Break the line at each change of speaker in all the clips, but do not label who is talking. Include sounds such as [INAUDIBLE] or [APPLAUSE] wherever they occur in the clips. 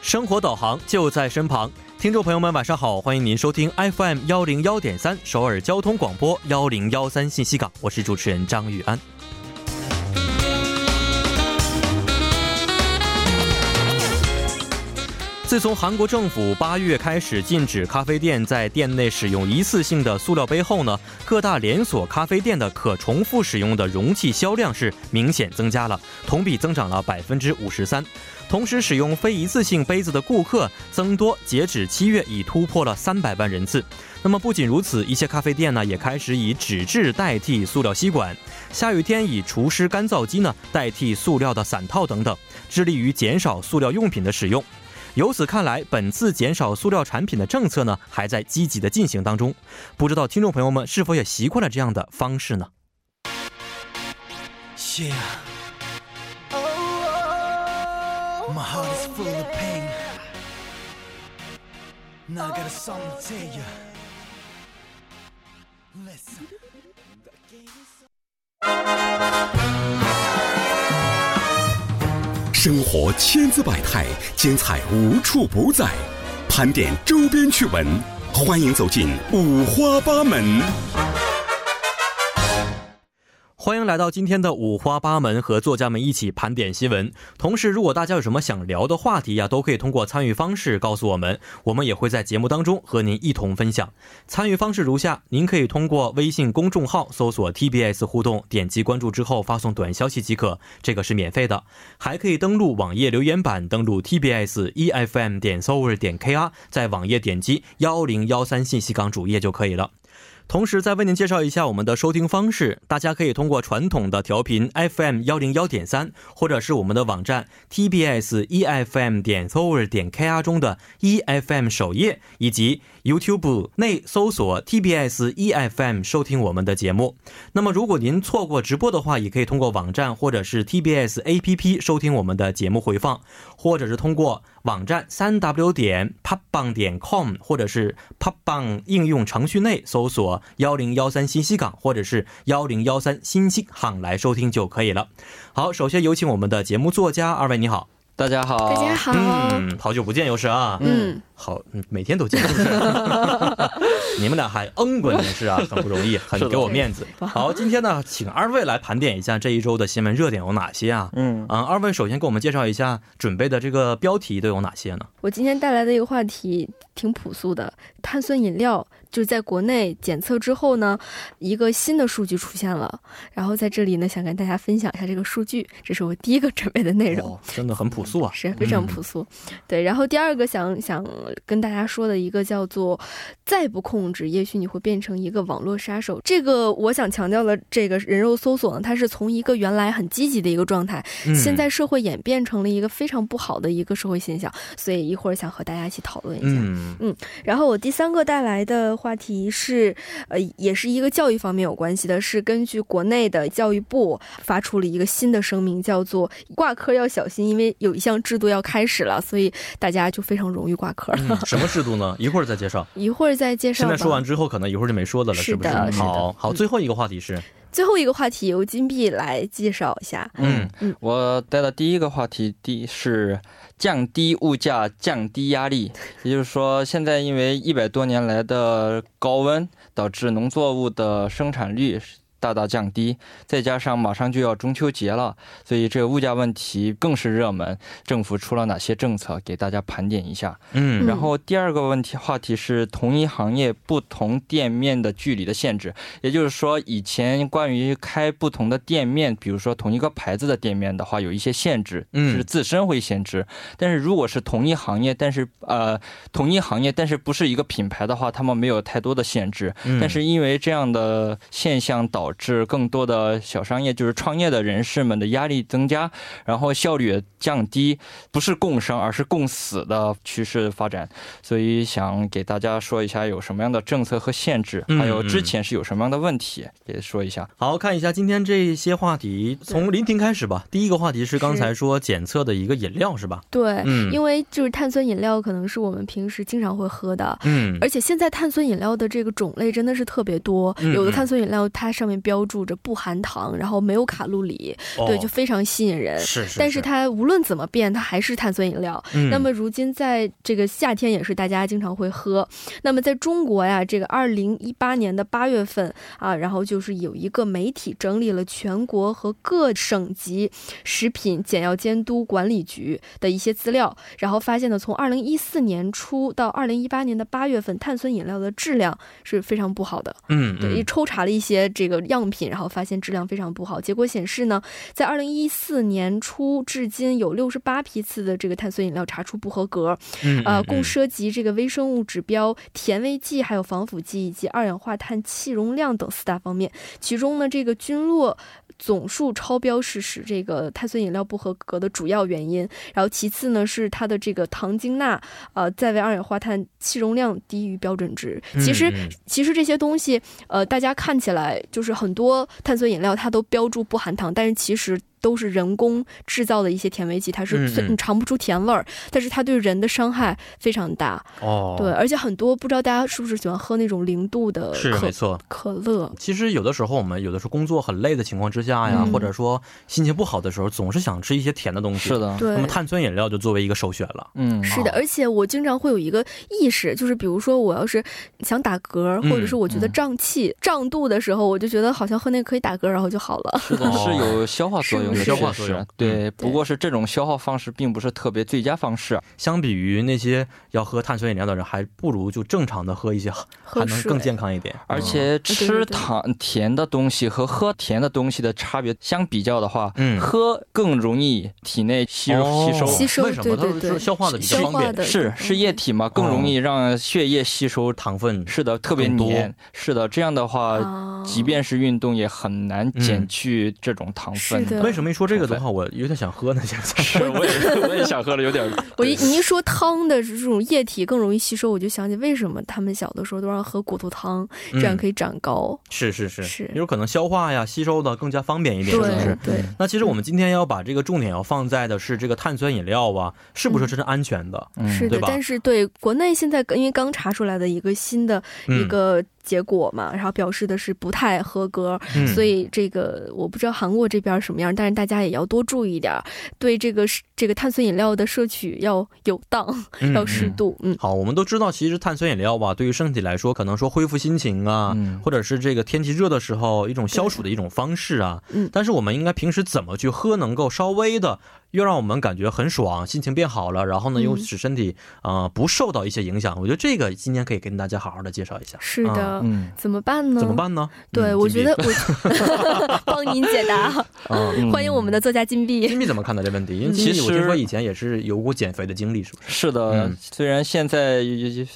生活导航就在身旁。听众朋友们，晚上好，欢迎您收听 FM 幺零幺点三首尔交通广播幺零幺三信息港，我是主持人张玉安。自从韩国政府八月开始禁止咖啡店在店内使用一次性的塑料杯后呢，各大连锁咖啡店的可重复使用的容器销量是明显增加了，同比增长了百分之五十三。同时，使用非一次性杯子的顾客增多，截止七月已突破了三百万人次。那么不仅如此，一些咖啡店呢也开始以纸质代替塑料吸管，下雨天以除湿干燥机呢代替塑料的伞套等等，致力于减少塑料用品的使用。由此看来，本次减少塑料产品的政策呢，还在积极的进行当中。不知道听众朋友们是否也习惯了这样的方式呢？
Yeah. My heart is full of pain. Now I got a song to tell you. Listen.
[LAUGHS] 生活千姿百态，精彩无处不在。盘点周边趣闻，欢迎走进五花八门。
欢迎来到今天的五花八门，和作家们一起盘点新闻。同时，如果大家有什么想聊的话题呀、都可以通过参与方式告诉我们，我们也会在节目当中和您一同分享。参与方式如下：您可以通过微信公众号搜索 TBS 互动，点击关注之后发送短消息即可，这个是免费的。还可以登录网页留言板，登录 TBS EFM E 点 s o u r 点 KR，在网页点击幺零幺三信息港主页就可以了。同时，再为您介绍一下我们的收听方式，大家可以通过传统的调频 FM 幺零幺点三，或者是我们的网站 TBS EFM E 点 s o u r 点 KR 中的 EFM 首页，以及 YouTube 内搜索 TBS EFM E 收听我们的节目。那么，如果您错过直播的话，也可以通过网站或者是 TBS APP 收听我们的节目回放，或者是通过网站三 w 点 p o p b a n g 点 com 或者是 p o p b a n g 应用程序内搜索幺零幺三新西港或者是幺零幺三新西港来收听就可以了。好，首先有请我们的节目作家，二位你好。
大家好，
大家好，
嗯，好久不见，又是啊，
嗯，
好，嗯每天都见，是不是你们俩还嗯过也是啊，很不容易，很给我面子。好，今天呢，请二位来盘点一下这一周的新闻热点有哪些啊？
嗯，
嗯，二位首先给我们介绍一下准备的这个标题都有哪些呢？
我今天带来的一个话题挺朴素的，碳酸饮料就是在国内检测之后呢，一个新的数据出现了，然后在这里呢，想跟大家分享一下这个数据，这是我第一个准备的内容。
哦，嗯真的很朴素啊。
是非常朴素，对。然后第二个想想跟大家说的一个叫做“再不控制，也许你会变成一个网络杀手”。这个我想强调的，这个人肉搜索呢，它是从一个原来很积极的一个状态，
嗯
现在社会演变成了一个非常不好的一个社会现象，所以一会儿想和大家一起讨论一下。
嗯
然后我第三个带来的话题是，呃，也是一个教育方面有关系的，是根据国内的教育部发出了一个新的声明，叫做“挂科要小心”，因为有一项制度要开始了，所以大家就非常容易挂科了。
嗯，什么制度呢？一会儿再介绍。
[LAUGHS] 一会儿再介绍
现
吧。
在说完之后，可能一会儿就没说的了，
是
是不
的
是
是的
好好，最后一个话题是，
最后一个话题由金币来介绍一下。
嗯，
我带的第一个话题，第一是降低物价、降低压力，也就是说，现在因为一百多年来的高温，导致农作物的生产率大大降低，再加上马上就要中秋节了，所以这个物价问题更是热门。政府出了哪些政策，给大家盘点一下。
嗯
然后第二个问题话题是同一行业不同店面的距离的限制，也就是说，以前关于开不同的店面，比如说同一个牌子的店面的话，有一些限制，
嗯
是自身会限制。但是如果是同一行业，但是呃同一行业，但是不是一个品牌的话，他们没有太多的限制。
嗯
但是因为这样的现象，导致更多的小商业，就是创业的人士们的压力增加，然后效率也降低，不是共生，而是共死的趋势发展。所以想给大家说一下有什么样的政策和限制，
嗯
还有之
嗯
前是有什么样的问题，也说一下。
好看一下今天这些话题，从林婷开始吧。第一个话题是刚才说检测的一个饮料是吧？
对，
嗯
因为就是碳酸饮料可能是我们平时经常会喝的，
嗯
而且现在碳酸饮料的这个种类真的是特别多，
嗯
有
嗯
的碳酸饮料它上面标注着不含糖，然后没有卡路里，
哦
对，就非常吸引人。
是是，
但是它无论怎么变，它还是碳酸饮料。
嗯
那么如今在这个夏天也是大家经常会喝。那么在中国呀，这个二零一八年的八月份啊，然后就是有一个媒体整理了全国和各省级食品检药监督管理局的一些资料，然后发现呢，从二零一四年初到二零一八年的八月份，碳酸饮料的质量是非常不好的。
嗯
对，
嗯
抽查了一些这个样品，然后发现质量非常不好。结果显示呢，在二零一四年初至今，有六十八批次的这个碳酸饮料查出不合格，
嗯
呃，
嗯
共
嗯
涉及这个微生物指标、甜味剂、还有防腐剂以及二氧化碳气容量等四大方面。其中呢，这个菌落。总数超标是使这个碳酸饮料不合格的主要原因，然后其次呢是它的这个糖精钠，呃，在为二氧化碳气容量低于标准值。其实
嗯嗯
其实这些东西，呃，大家看起来就是很多碳酸饮料它都标注不含糖，但是其实都是人工制造的一些甜味剂，它
嗯
是
嗯
虽你尝不出甜味儿，但是它对人的伤害非常大。
哦，
对，，而且很多不知道大家是不是喜欢喝那种零度的
是
可
没错。哦
可乐，
其实有的时候我们有的时候工作很累的情况之下呀，
嗯
或者说心情不好的时候，总是想吃一些甜的东西。
是，的，
对
那么碳酸饮料就作为一个首选了。
嗯，
是的，
哦
而且我经常会有一个意识，就是比如说我要是想打嗝，
嗯
或者是我觉得
嗯
胀气、胀肚的时候，我就觉得好像喝那个可以打嗝，然后就好了。 [LAUGHS]
是的，哦是有消化作用的，
是
消
不是
确实
化作用
对，不过是这种消耗方式并不是特别最佳方式。啊
相比于那些要喝碳酸饮料的人，还不如就正常的喝一些，还
喝
能
水
更健康一点。嗯
而
对
且
哦对
吃
对
糖甜的东西和喝甜的东西的差别相比较的话，
嗯
喝更容易体内吸收、
哦
吸收。
吸收
为什么？
对
它
对对
是消化的比较
消
方
化
便，
的
是是液体嘛，更容易让血液吸收糖。
糖
嗯
分
是的，特别
更多
黏。是的，这样的话，
啊，
呃
即便是运动也很难减去这种糖分。
是的
为什么一说这个的话，我有点想喝呢？现
[LAUGHS]
在
是， [LAUGHS] 我也是我也想喝了，有点。
我一你一说汤的这种液体更容易吸收，我就想起为什么他们小的时候都让喝骨头汤，这
嗯
样可以长高。
是是是
是
有可能消化呀、吸收的更加方便一点，
对
是不是？
对，
那其实我们今天要把这个重点要放在的是这个碳酸饮料啊，是不是真正安全的？
嗯
是
对
的。
吧
但是对国内现在因为刚查出来的一个新的
嗯
一个结果嘛，然后表示的是不太合格，
嗯
所以这个我不知道韩国这边什么样，但是大家也要多注意一点儿，对这个是这个碳酸饮料的摄取要有当，要适度。嗯，
好，我们都知道，其实碳酸饮料吧，对于身体来说，可能说恢复心情啊，
嗯
或者是这个天气热的时候一种消暑的一种方式啊。
嗯
但是我们应该平时怎么去喝，能够稍微的又让我们感觉很爽，心情变好了，然后呢，
嗯
又使身体啊、呃不受到一些影响。我觉得这个今天可以跟大家好好的介绍一下。
是
啊
的，
嗯
怎么办呢？
怎么？办呢？
对，
嗯
我
金
觉
碧
得我 [LAUGHS] 帮您解答，
啊。
嗯
欢迎我们的作家金币。
金币怎么看待这
[LAUGHS]
问题？因为
嗯
金币我
其实
听说以前也是有过减肥的经历，是不是？
是的
嗯，
虽然现在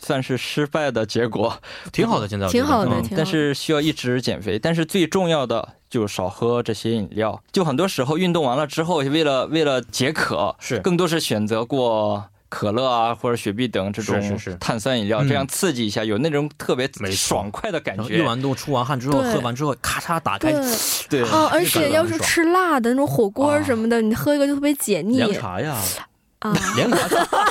算是失败的结果，
挺好的，现在我觉得
嗯哦挺好的
嗯
挺
但是需要一直减肥。但是最重要的就是少喝这些饮料。就很多时候运动完了之后，为了为了解渴，
是
更多是选择过。可乐啊，或者雪碧等这
是
种
是是
碳酸饮料，
嗯
这样刺激一下，有那种特别
没错
爽快的感
然后
觉。
运完动、出完汗之后，
对
喝完之后，咔嚓打开
对，
对，
哦，而
感觉
且要
很
是
爽啊
吃辣的那种火锅什么的，你喝一个就特别解腻
凉茶呀，
啊。
[LAUGHS] 凉
[LAUGHS]
茶，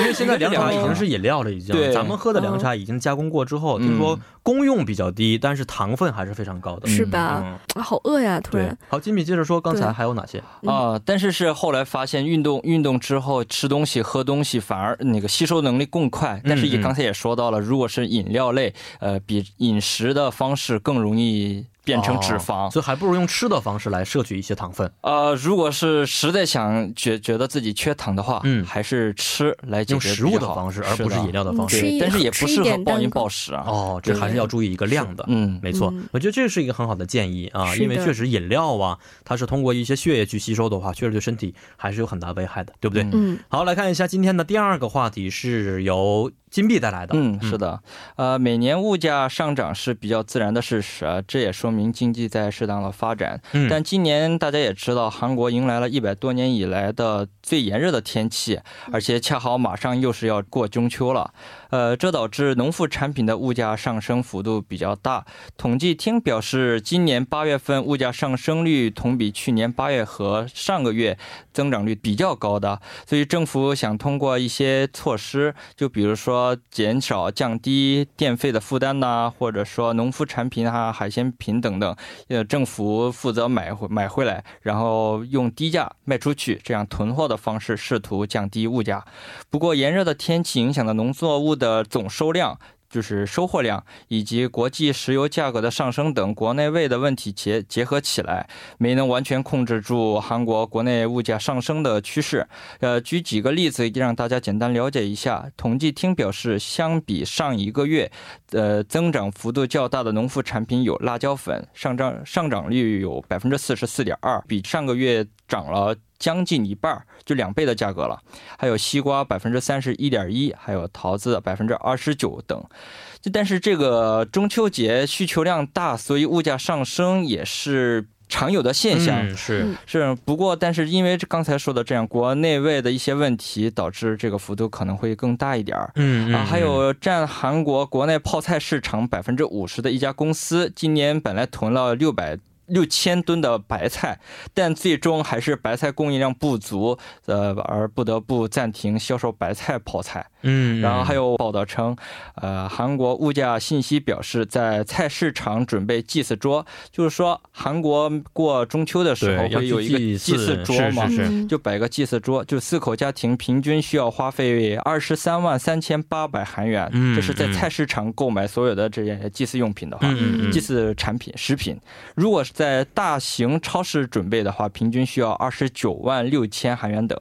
因为现在凉茶已经是饮料了，已经。
对
咱们喝的凉茶已经加工过之后，
嗯
听说功用比较低，但是糖分还是非常高的。
是
嗯
吧？
嗯，
啊好饿呀！突
对
然，。
好，金米接着说，刚才
对
还有哪些？
嗯
啊、但是是后来发现运动运动之后吃东西喝东西反而那个吸收能力更快，但是也
嗯
刚才也说到了，如果是饮料类，呃，比饮食的方式更容易变成脂肪。
哦所以还不如用吃的方式来摄取一些糖分。
呃，如果是实在想觉觉得自己缺糖的话，
嗯
还是吃来解
用
决
食物
比
的
较好
方式，而不是
的
饮料的
嗯
方式。
吃一
对，但是也不适
吃一
合
点
暴饮
蛋糕
暴食啊。
哦，这还是要注意一个量的。
嗯，
没错
嗯，
我觉得这是一个很好的建议啊，
是的
因为确实饮料啊，它是通过一些血液去吸收的话，确实对身体还是有很大危害的，对不对？
嗯
嗯，
好，来看一下今天的第二个话题是由金币带来的。
嗯，是的，呃，每年物价上涨是比较自然的事实啊，这也说明经济在适当的发展。
嗯
但今年大家也知道，韩国迎来了一百多年以来的最炎热的天气，而且恰好马上又是要过中秋了，呃，这导致农副产品的物价上升幅度比较大。统计厅表示，今年八月份物价上升率同比去年八月和上个月增长率比较高的，所以政府想通过一些措施，就比如说说减少、降低电费的负担呐、或者说农副产品啊、海鲜品等等，呃，政府负责买回买回来，然后用低价卖出去，这样囤货的方式试图降低物价。不过，炎热的天气影响了农作物的总收量。就是收获量以及国际石油价格的上升等国内外的问题结结合起来，没能完全控制住韩国国内物价上升的趋势。呃，举几个例子让大家简单了解一下。统计厅表示，相比上一个月，呃，增长幅度较大的农副产品有辣椒粉，上涨上涨率有百分之四十四点二，比上个月涨了将近一半儿，就两倍的价格了。还有西瓜百分之三十一点一，还有桃子百分之二十九等。就但是这个中秋节需求量大，所以物价上升也是常有的现象。
嗯、是
嗯
是，不过但是因为这刚才说的这样，国内外的一些问题导致这个幅度可能会更大一点儿。
嗯
啊，
嗯
还有占韩国国内泡菜市场百分之五十的一家公司，今年本来囤了六百六千吨的白菜，但最终还是白菜供应量不足，呃，而不得不暂停销售白菜泡菜。
嗯，
然后还有报道称，呃，韩国物价信息表示，在菜市场准备祭祀桌，就是说韩国过中秋的时候
对要
会有一个
祭
祭祀桌嘛，
是
嗯
就摆个祭祀桌，就四口家庭平均需要花费二十三万三千八百韩元，
嗯
这是在菜市场购买所有的这些祭祀用品的话，
嗯嗯嗯
祭祀产品、食品。如果是在大型超市准备的话，平均需要二十九万六千韩元等。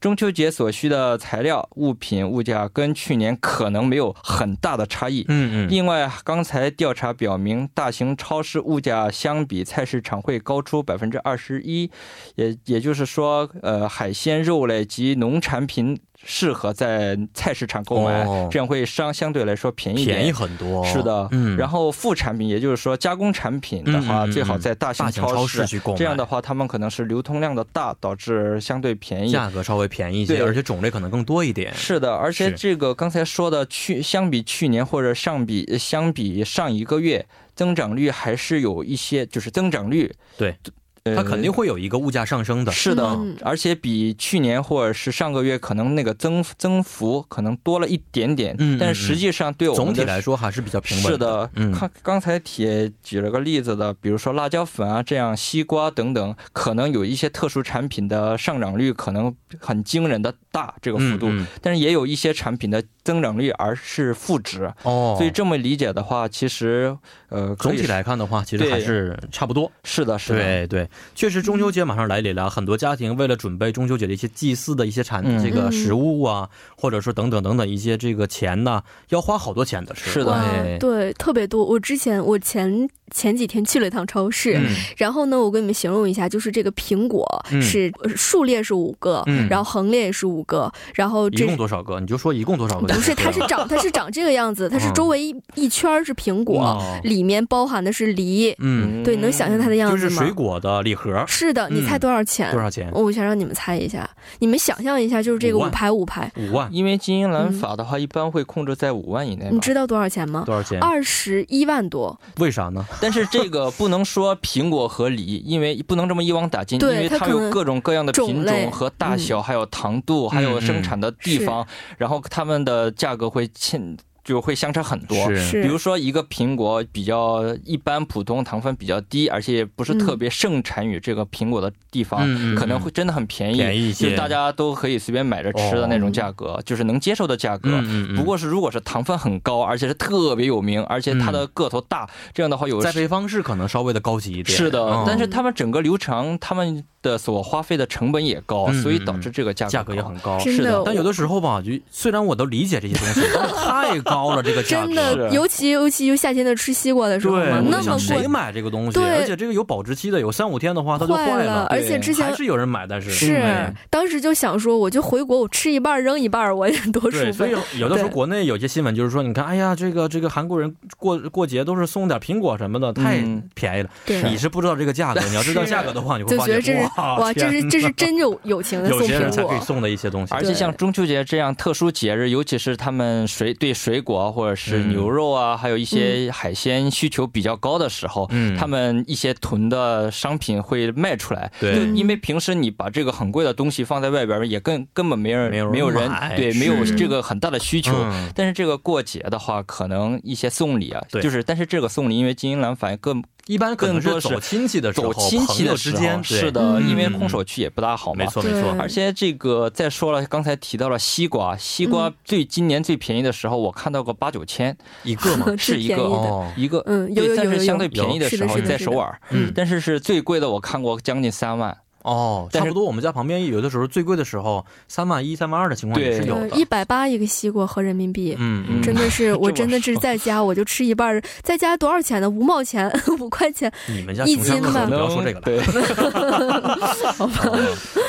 中秋节所需的材料、物品物价跟去年可能没有很大的差异，
嗯嗯
另外，刚才调查表明，大型超市物价相比菜市场会高出百分之二十一，也也就是说，呃，海鲜、肉类及农产品适合在菜市场购买，
哦
这样会相相对来说便宜一点
便宜很多，
是的，
嗯，
然后副产品，也就是说加工产品的话，
嗯嗯嗯
最好在大型
大型超
市
市去购买
这样的话，他们可能是流通量的大，导致相对便宜。
价格稍微便宜一些，
对
而且种类可能更多一点，
是的，而且
是
这个刚才说的去相比去年或者上比相比上一个月，增长率还是有一些，就是增长率，
对
呃，
它肯定会有一个物价上升的，
是的
嗯，
而且比去年或者是上个月可能那个增增幅可能多了一点点，
嗯嗯
但实际上对我们
总
的
体来说还是比较平稳。
是的，
嗯
看刚才铁举了个例子的，比如说辣椒粉啊，这样西瓜等等，可能有一些特殊产品的上涨率可能很惊人的大，这个幅度，
嗯嗯
但是也有一些产品的增长率而是负值，
哦，
所以这么理解的话，其实呃，可
总
以
体来看的话，其实
对
还是差不多。
是的，是的，
对对，确实中秋节马上来临了，很多家庭为了准备中秋节的一些祭祀的一些产、
嗯
这个食物啊，或者说等等等等一些这个钱呐、要花好多钱的。
是的
哇
哎，
对，特别多。我之前我前前几天去了一趟超市，
嗯
然后呢，我跟你们形容一下，就是这个苹果
嗯
是、呃数列是五个、
嗯
然后横列也是五个，然后
一
这
共多少个？你就说一共多少个就
不是
行了？
它是长它是长这个样子，它是周围一、一圈儿是苹果、
嗯哦
里面包含的是梨、
嗯，
对，能想象它的样
就
子
是
吗？
水果的礼盒
是的，你
嗯
猜多少钱？
多少钱？
我想让你们猜一下，你们想象一下，就是这个
五
五
万
排五排，
五万？
因为金英
嗯
兰法的话，一般会控制在五万以内吧
你。知道多少钱吗？
多少钱？
二十一万多，
为啥呢？
但是这个不能说苹果和梨，
[LAUGHS]
因为不能这么一网打尽，因
对
为
它
它
可
有
能
各种各样的
种
品
类嗯
种和大小，还有糖度，还有生产的地方，然后它们的价格会欠。就会相差很多，
是
是
比如说一个苹果比较一般，普通糖分比较低，而且也不是
嗯
特别盛产于这个苹果的地方，
嗯嗯嗯
可能会真的很便宜，
便宜一些哦
就是大家都可以随便买着吃的那种价格，就是能接受的价格。
嗯嗯嗯
不过是如果是糖分很高，而且是特别有名，而且它的个头大，这样的话有
栽培方式可能稍微的高级一点。
是的，
嗯
但是他们整个流程，他们的所花费的成本也高，
嗯
所以导致这个价格
价格也很高。
真
是的
我
但有的时候吧，就虽然我都理解这些东
[LAUGHS]
西，但是太高了，这个价格
真的，
是
尤其尤其就夏天的吃西瓜的时候
对，
嘛，
我
那
就
么
想谁
贵，
买这个东西？
对
而且这个有保质期的，有三五天的话它就坏
了，而且
对
之前
还。是有人买，但是
是
嗯，
当时就想说，我就回国，我吃一半儿扔一半儿，我也多
对，
舒服
所。以有的时候
对
国内有些新闻就是说，你看，哎呀，这个这个韩国人过过节都是送点苹果什么的，太
嗯
便宜了。
对 [LAUGHS]
你是不知道这个价格，你要知道价格的话，你会
就
发
觉得
现
这是哇，这是这是真有友情的
有
送
些人才
苹
可以
果，
送的一些东西，
而且像中秋节这样特殊节日，尤其是他们水对水果或者是
嗯
牛肉啊，还有一些海鲜需求比较高的时候，
嗯
他们一些囤的商品会卖出来。
对
就因为平时你把这个很贵的东西放在外边儿，也根根本没人
没有人
没有人
买
对
是
没有这个很大的需求。
嗯
但是这个过节的话，可能一些送礼啊，
对
就是但是这个送礼，因为金银兰反而更
一般可能
更多
是走
是
亲戚的时候，
走亲戚
朋友
的
之
时
间
候，
对
是的，
嗯
因为空手去也不大好嘛。
没错没
对
错，
而且这个再说了，刚才提到了西瓜，西瓜
嗯，
最今年最便宜的时候，我看到过八九千，
一个嘛
[LAUGHS]
是一
最
个
便宜的
哦
一个，
嗯有有
对，但
有有
是
有
相对便宜
有是
时
的
候
是的
在
是
首
的
尔，
嗯
但是是最贵的，我看过将近三万，
哦，
但
差
是
不多。我们家旁边有的时候最贵的时候，三万一、三万二的情况也是
对
有的。
一百八一个西瓜合人民币。
嗯
嗯
真的
[LAUGHS]
是，我
么
真的是
说
在家我就吃一半儿，在家多少钱呢？五毛钱， [LAUGHS] 五块
[LAUGHS]
钱，
你们家
一
情商
斤
可
吧
能
嗯
不要说这个了。
对，
[LAUGHS]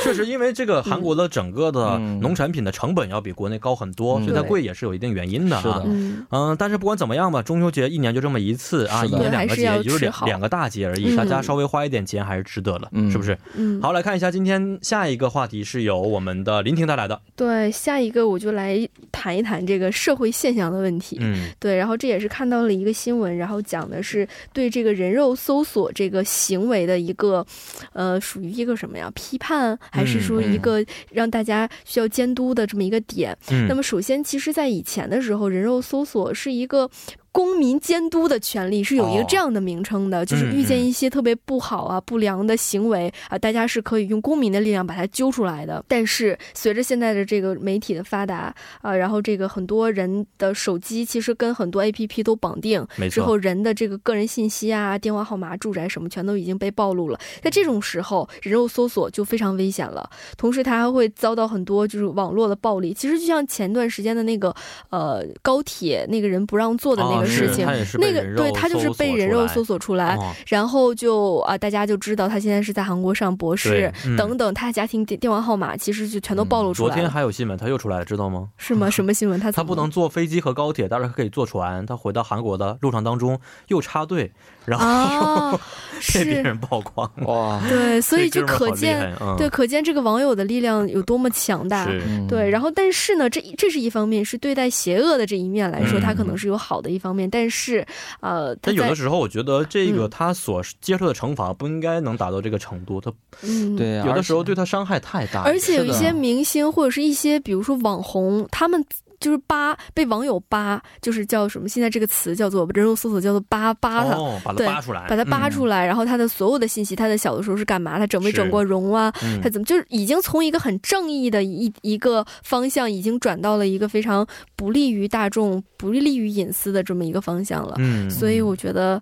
确实，因为这个韩国的整个的
嗯
农产品的成本要比国内高很多，
嗯
所以它贵也是有一定原因的
是
啊
的。
[LAUGHS] 嗯，
嗯，但是不管怎么样吧，中秋节一年就这么一次啊，
是
一
的
年两个节，
对还是要
也就是
吃
两
好
两个大节而已，
嗯
大家稍微花一点钱还是值得的，
嗯
是不是？
嗯
好，来看一下今天下一个话题是由我们的林婷带来的，
对，下一个我就来谈一谈这个社会现象的问题。
嗯，
对，然后这也是看到了一个新闻，然后讲的是对这个人肉搜索这个行为的一个，呃，属于一个什么呀？批判，还
嗯
是说一个让大家需要监督的这么一个点？
嗯
那么首先，其实，在以前的时候，人肉搜索是一个。公民监督的权利是有一个
哦
这样的名称的，就是遇见
嗯嗯
一些特别不好啊、不良的行为啊，大家是可以用公民的力量把它揪出来的。但是随着现在的这个媒体的发达啊，然后这个很多人的手机其实跟很多 APP 都绑定，
没
之后
错，
人的这个个人信息啊、电话号码、住宅什么，全都已经被暴露了。在这种时候，人肉搜索就非常危险了。同时，它还会遭到很多就是网络的暴力。其实就像前段时间的那个呃高铁那个人不让坐的那
啊
个
是
事情，
他也是被
那个
人肉
对他就是
搜索
被人
出
肉
来
搜索出来，
哦
然后就啊、大家就知道他现在是在韩国上博士
对、嗯
等等，他家庭电电话号码其实就全都暴露出
昨
来了。
天还有新闻，他又出来了，知道吗？[LAUGHS]
是吗？什么新闻？他
他
怎么
不能坐飞机和高铁，但是他可以坐船。他回到韩国的路上当中又插队，然后、
啊， [LAUGHS]
[LAUGHS] 被别
是，
人曝光了，
哇，
对， [LAUGHS] 所以
[LAUGHS]
就
这哥们儿好
可
厉
见
害，嗯、
对，可见这个网友的力量有多么强大。
是，
嗯
对，然后但是呢，这这是一方面，是对待邪恶的这一面来说，
嗯
它可能是有好的一方面，但是，呃，它
但有
在
的时候我觉得这个
嗯
他所接受的惩罚不应该能达到这个程度，他
嗯，
对，
有的
而
时候对他伤害太大了。
而且有
是
一
的
些明星或者是一些，比如说网红，他们就是扒被网友扒，就是叫什么？现在这个词叫做人肉搜索，叫做扒扒他。
哦，嗯把他
对
扒出来，
把他扒出来，然后他的所有的信息，他的小的时候是干嘛？他整没整过容啊？
嗯
他怎么就是已经从一个很正义的一一个方向，已经转到了一个非常不利于大众、不利于隐私的这么一个方向了。
嗯，
所以我觉得，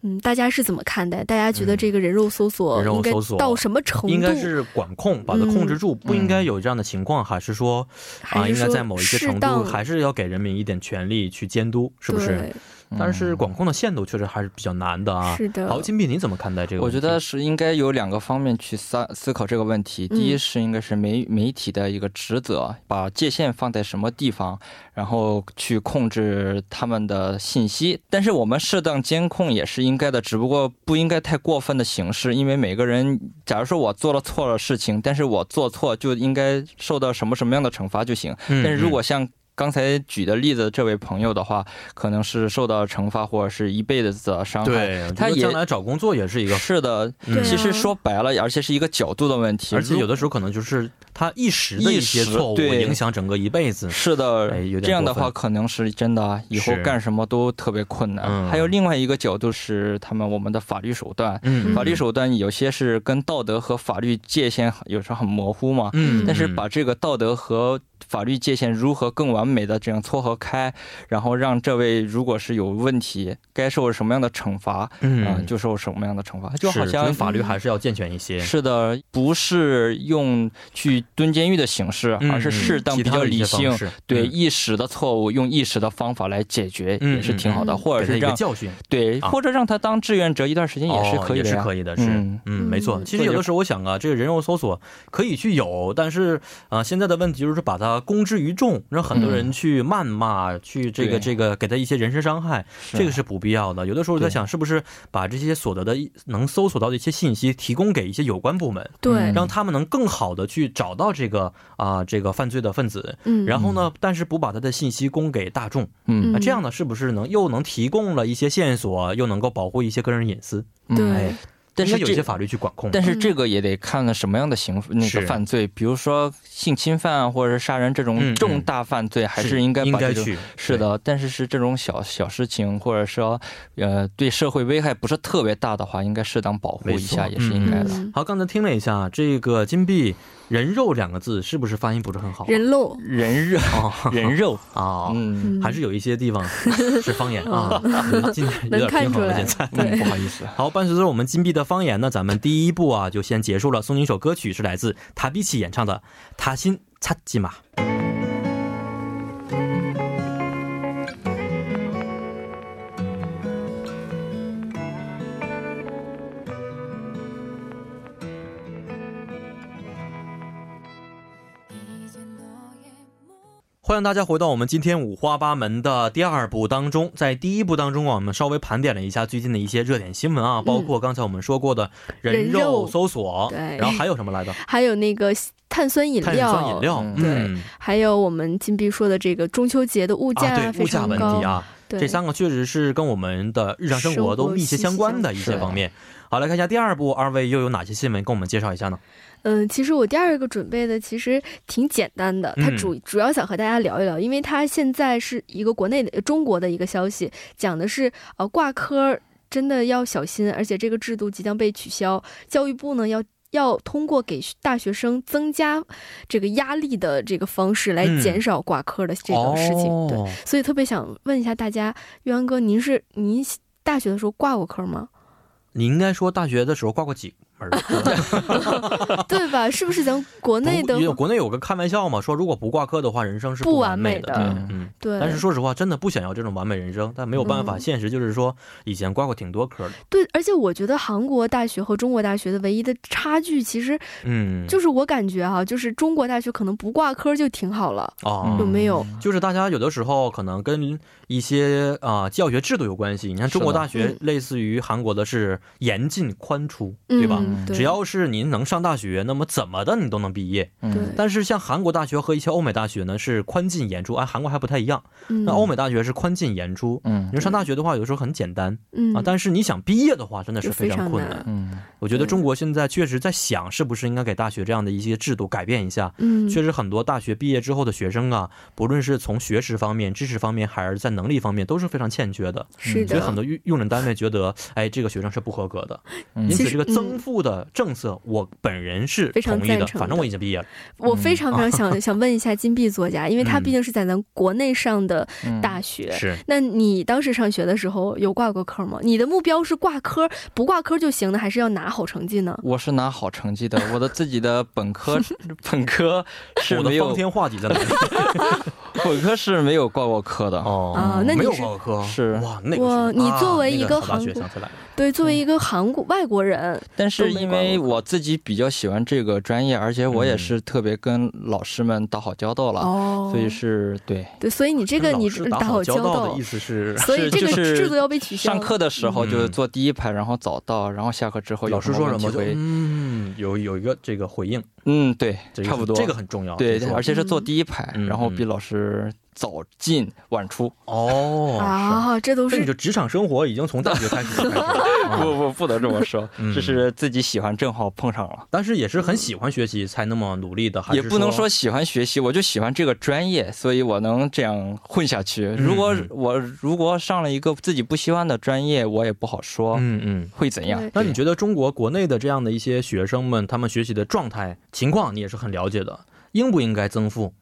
嗯，大家是怎么看待？大家觉得这个人肉搜
嗯
索
人肉
应该
搜索
到什么程度？嗯
应该是管控，把它控制住，不应该有这样的情况，还是说啊，
还
应
是
该
说
在某一些
适
程
当
度，还是要给人民一点权利去监督，是不是？
对
但是
嗯
管控的限度确实还是比较难的啊。
是的
好，金币，你怎么看待这个
我
问题？
觉得是应该有两个方面去思思考这个问题。
嗯
第一是应该是媒媒体的一个职责，把界限放在什么地方，然后去控制他们的信息。但是我们适当监控也是应该的，只不过不应该太过分的形式，因为每个人，假如说我做了错了事情，但是我做错就应该受到什么什么样的惩罚就行。
嗯，
但是如果像刚才举的例子，这位朋友的话，可能是受到惩罚或者是一辈子的
嗯
伤害。
对，
他
我觉得
也
将来找工作也是一个。嗯
是的，
对啊
其实说白了，而且是一个角度的问题，
而且有
的
的时候可能就是他一时的一些
一时
错误，
对
影响整个一辈子。
是的
哎有点过分，
这样的话可能是真的，啊以后
是
干什么都特别困
嗯
难。还有另外一个角度是他们我们的法律手段，
嗯，
法律手段有些是跟道德和法律界限有时候很模糊嘛，
嗯，
但是
嗯
把这个道德和法律界限如何更完美的这样撮合开，然后让这位如果是有问题，该受什么样的惩罚啊、
嗯
就受什么样的惩罚，
是
就好
觉得
像
法律还是要健全一些。
是的，不是用去蹲监狱的形式，
嗯
而是适当、
嗯
比较
其他的一
理
些
性
方，式
对
嗯
一时的错误，用一时的方法来解决，
嗯
也是挺好的，
嗯嗯
或者
给他
是
一个
让
教训，
对，
啊
或者让他当志愿者一段时间也是可
哦、
以
也
的
是
呀。
可以的，是嗯
嗯
没错。
嗯
其实有的时候我想啊，这个人肉搜索可以去有，但是啊、呃现在的问题就是把它公之于众，让很多人去谩骂，去这个
嗯对
这个给他一些人身伤害，这个是不必要的。有的时候我在
对
想，是不是把这些所得的一能搜索到的一些信息提供给一些有关部门，
对
嗯，
让他们能更好的去找到这个啊、这个犯罪的分子，
嗯，
然后呢，但是不把他的信息供给大众，
嗯
那这样呢，是不是能又能提供了一些线索，又能够保护一些个人隐私？
嗯
对
哎，
但是
应该有一
这
些法律去管控。
但是这个也得看了什么样的刑那
是
个犯罪，比如说性侵犯啊或者是杀人这
嗯
种
嗯
重大犯罪，还是应
应
该把这种
去
是的，但是是这种小小事情，或者说，呃，对社会危害不是特别大的话，应该适当保护
没
一下
错
也是应该的。
嗯
好，刚才听了一下这个“金币人肉”两个字，是不是发音不是很好？
人肉，
[LAUGHS] 人肉，
哦
[LAUGHS]
[LAUGHS]
人肉，
啊、
嗯，
嗯
还是有一些地
[LAUGHS]
方是方言啊，今天有点
哦能看
偏
出
好了
来
现在。
对
嗯不好意思，
好，伴随着我们金币的方言呢，咱们第一步啊就先结束了。送你一首歌曲，是来自塔比奇演唱的《塔心擦吉玛》。欢迎大家回到我们今天五花八门的第二部当中。在第一部当中啊，我们稍微盘点了一下最近的一些热点新闻啊，包括刚才我们说过的人
人肉
肉搜索，
对
然后还有什么来着？
还有那个碳酸饮
碳
料，
酸饮料，
对
嗯，
还有我们金币说的这个中秋节的物价、
啊，对，
非
物价
常
问
高，
题啊，
对
这三个确实是跟我们的日常生活都密切相关的一些方面。好，来看一下第二部，二位又有哪些新闻跟我们介绍一下呢？
嗯，其实我第二个准备的其实挺简单的，它
嗯
主、主要想和大家聊一聊，因为它现在是一个国内的呃中国的一个消息，讲的是呃挂科真的要小心，而且这个制度即将被取消，教育部呢要。要通过给大学生增加这个压力的这个方式来
嗯
减少挂科的这个事情，对，
哦
所以特别想问一下大家，岳阳哥，您是您大学的时候挂过
[LAUGHS]
科吗？
你应该说大学的时候挂过几门
[LAUGHS]
课？
对吧？是不是咱们国内的
不因为国内有个开玩笑嘛，说如果不挂科的话，人生是
不
完
完美
的。
的？
嗯嗯，
对，
但是说实话，真的不想要这种完美人生，但没有办法，
嗯
现实就是说，以前挂过挺多科的。
对，而且我觉得韩国大学和中国大学的唯一的差距，其实
嗯，
就是我感觉哈、就是中国大学可能不挂科就挺好了，
哦，
有没有？
就是大家有的时候可能跟一些啊、教学制度有关系。你看中国大
是
学
的嗯
类似于韩国的是严进宽出，
嗯
对吧？
对
只要是您能上大学，那么怎么的你都能毕业。
对
嗯，，
但是像韩国大学和一些欧美大学呢是宽进严出，哎，韩国还不太一样。
嗯
那欧美大学是宽进严出。
嗯
你说上大学的话，有的时候很简单
嗯
啊，但是你想毕业的话，真的是
就
非
非
常
常
困难
难。
嗯，
我觉得中国现在确实在想，是不是应该给大学这样的一些制度改变一下，
嗯
确实，很多大学毕业之后的学生啊，不论是从学识方面、知识方面，还是在能力方面，都是非常欠缺的。
是
嗯所以
的，
很多用用人单位觉得，哎，这个学生是不合格的。
嗯
因
其
此，
实
这个增负的政策，我本人是
非常
同意的。
赞成
反正我已经毕业了，
我非常非
[LAUGHS]
常想想问一下金币作家，因为他
嗯
毕竟是在咱国内上的
嗯
大学。
是
那你当时上学的时候有挂过科吗？你的目标是挂科，不挂科就行呢，还是要拿好成绩呢？
我是拿好成绩的，我的自己的本
[LAUGHS]
科本科是
我的
没有
方天画戟
[LAUGHS]
在哪里？
本科是没有挂过科的。
哦
啊那你
没有
是
挂科
是
哇，那个
哇
是
你
啊
作为
那
一
个
个
好大学
韩国
想起来了，
对，作为
嗯
一个韩国外国人，
但
都
是
没
因
挂
为
过
我自己比较喜欢这个专业，而且我也
嗯
是特别跟老师们打好交道了，
哦，
所以是对。
对，所以你这个
跟
你
老师
这
打
好
好交
道
的意，思
[LAUGHS]
是，
所以
是
这个
就是
制度要被取消。
上课的时候
嗯
就是坐第一排，然后早到，然后下课之后有
老师说什么
问题
就
会
嗯，有有一个这个回应，
嗯，对，
这个
差不多，
这个很重要。
对
听，说
而且是坐第一排，
嗯
然后比老师早进晚
[LAUGHS]
出。
哦是
啊，这都
那你
是
就职场生活已经从大学开始
[LAUGHS]
就开始了
不
啊，
不，不能这么说
[LAUGHS] 嗯，
这是自己喜欢，正好碰上了。
但是也是很喜欢学习才那么努力的，还是
也不能说喜欢学习，我就喜欢这个专业，所以我能这样混下去。
嗯
如果我如果上了一个自己不喜欢的专业，我也不好说
嗯嗯。
会怎样
对。
那你觉得中国国内的这样的一些学生们，他们学习的状态情况，你也是很了解的，应不应该增
嗯
负？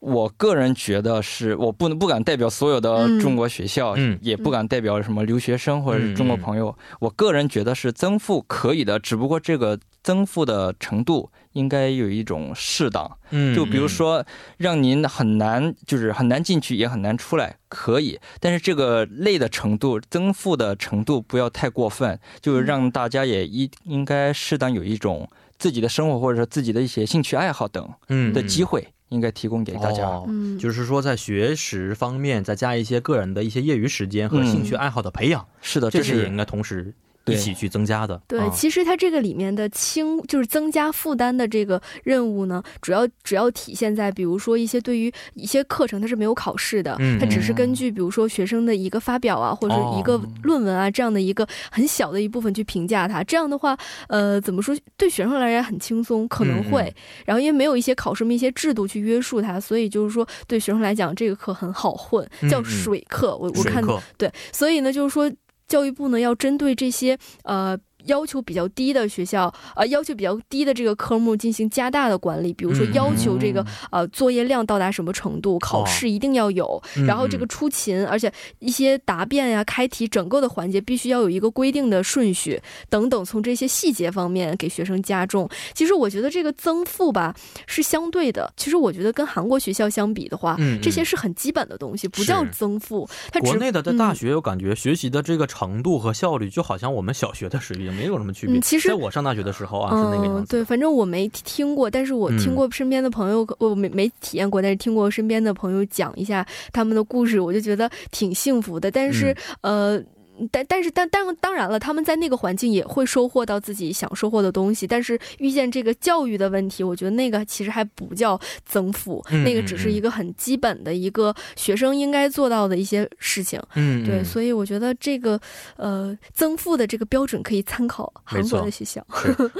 我个人觉得是我不能不敢代表所有的
嗯
中国学校，
嗯
也不敢代表什么留学生或者是中国朋友。我个人觉得是增负可以的，只不过这个增负的程度应该有一种适当。
嗯
就比如，说，让您很难，就是很难进去，也很难出来，可以。但是这个累的程度、增负的程度不要太过分，就是让大家也一应该适当有一种自己的生活或者说自己的一些兴趣爱好等
嗯
的机
会，
会，应该提供给大家。
哦
嗯
就是说，在学识方面再加一些个人的一些业余时间和
嗯
兴趣爱好的培养，
是的，
这
这
是也
是
应该同时一
对
起去增加的。
对，
啊
其实它这个里面的轻，就是增加负担的这个任务呢，主要主要体现在，比如说一些对于一些课程它是没有考试的，
嗯
它只是根据比如说学生的一个发表啊，或者是一
哦
个论文啊、这样的一个很小的一部分去评价它。这样的话，呃，怎么说对学生来言很轻松，可能会。
嗯嗯
然后因为没有一些考试、一些制度去约束它，所以就是说对学生来讲，这个课很好混，
嗯
叫
嗯
水课。我我
水
看
课，
对，所以呢，就是说教育部呢要针对这些呃。要求比较低的学校，呃，要求比较低的这个科目进行加大的管理，比如说
嗯哦
要求这个、呃作业量到达什么程度，考试一定要有，
嗯
然后这个
嗯
出勤，而且一些答辩呀、开题整个的环节必须要有一个规定的顺序等等，从这些细节方面给学生加重。其实我觉得这个增负吧是相对的，其实我觉得跟韩国学校相比的话，
嗯嗯
这些是很基本的东西，不叫
是
增负，它只
国内的在大
嗯
学，我感觉学习的这个程度和效率，就好像我们小学的水平没有什么区别。
嗯其实
在我上大学的时候啊，是那个样
嗯，
子。
对，反正我没听过，但是我
嗯
听过身边的朋友，我没没体验过，但是听过身边的朋友讲一下他们的故事，我就觉得挺幸福的。但是，
嗯
呃。但但是但但当然了，他们在那个环境也会收获到自己想收获的东西。但是遇见这个教育的问题，我觉得那个其实还不叫增负，
嗯
那个
嗯
只是
嗯
一个很基本的一个学生应该做到的一些事情。
嗯，
对，
嗯
所以我觉得这个呃增负的这个标准可以参考韩
没
国
错
的学校。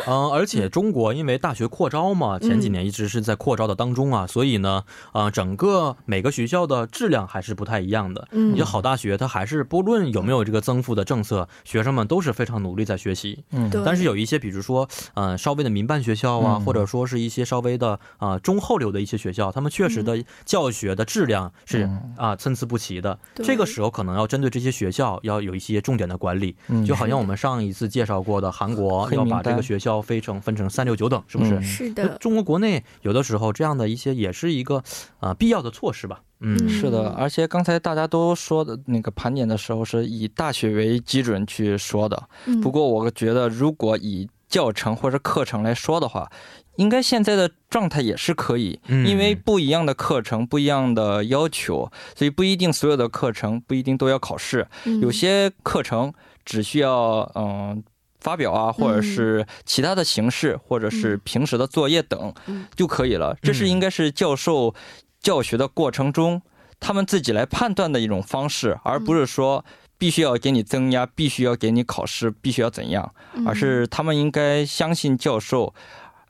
嗯，而且中国因为大学扩招嘛，前
嗯
几年一直是在扩招的当中啊，所以呢，呃，整个每个学校的质量还是不太一样的。
嗯
你就好大学，它还是不论有没有这个增负的政策，学生们都是非常努力在学习。
嗯，
对
但是有一些，比如说，呃，稍微的民办学校啊，
嗯
或者说是一些稍微的啊、呃中后流的一些学校，他们确实
嗯
的教学的质量是啊、
嗯
参差不齐的。
对
这个时候可能要针对这些学校要有一些重点的管理，
嗯
就好像我们上一次介绍过的，韩国
黑
要
名
把这个
单
学校分成分成三六九等，是不是？
嗯
是
那
的，
中国国内有的时候这样的一些也是一个啊、呃必要的措施吧。嗯，
嗯
是的，而且刚才大家都说的那个盘点的时候是以大学为基准去说的，
嗯
不过我觉得如果以教程或者课程来说的话，应该现在的状态也是可以，
嗯
因为不一样的课程、不一样的要求，所以不一定所有的课程不一定都要考试，
嗯
有些课程只需要嗯。发表啊，或者是其他的形式，或者是平时的作业等、
嗯
就可以了。这是应该是教授教学的过程中，他们自己来判断的一种方式，而不
嗯
是说必须要给你增压，必须要给你考试，必须要怎样，
嗯
而是他们应该相信教授。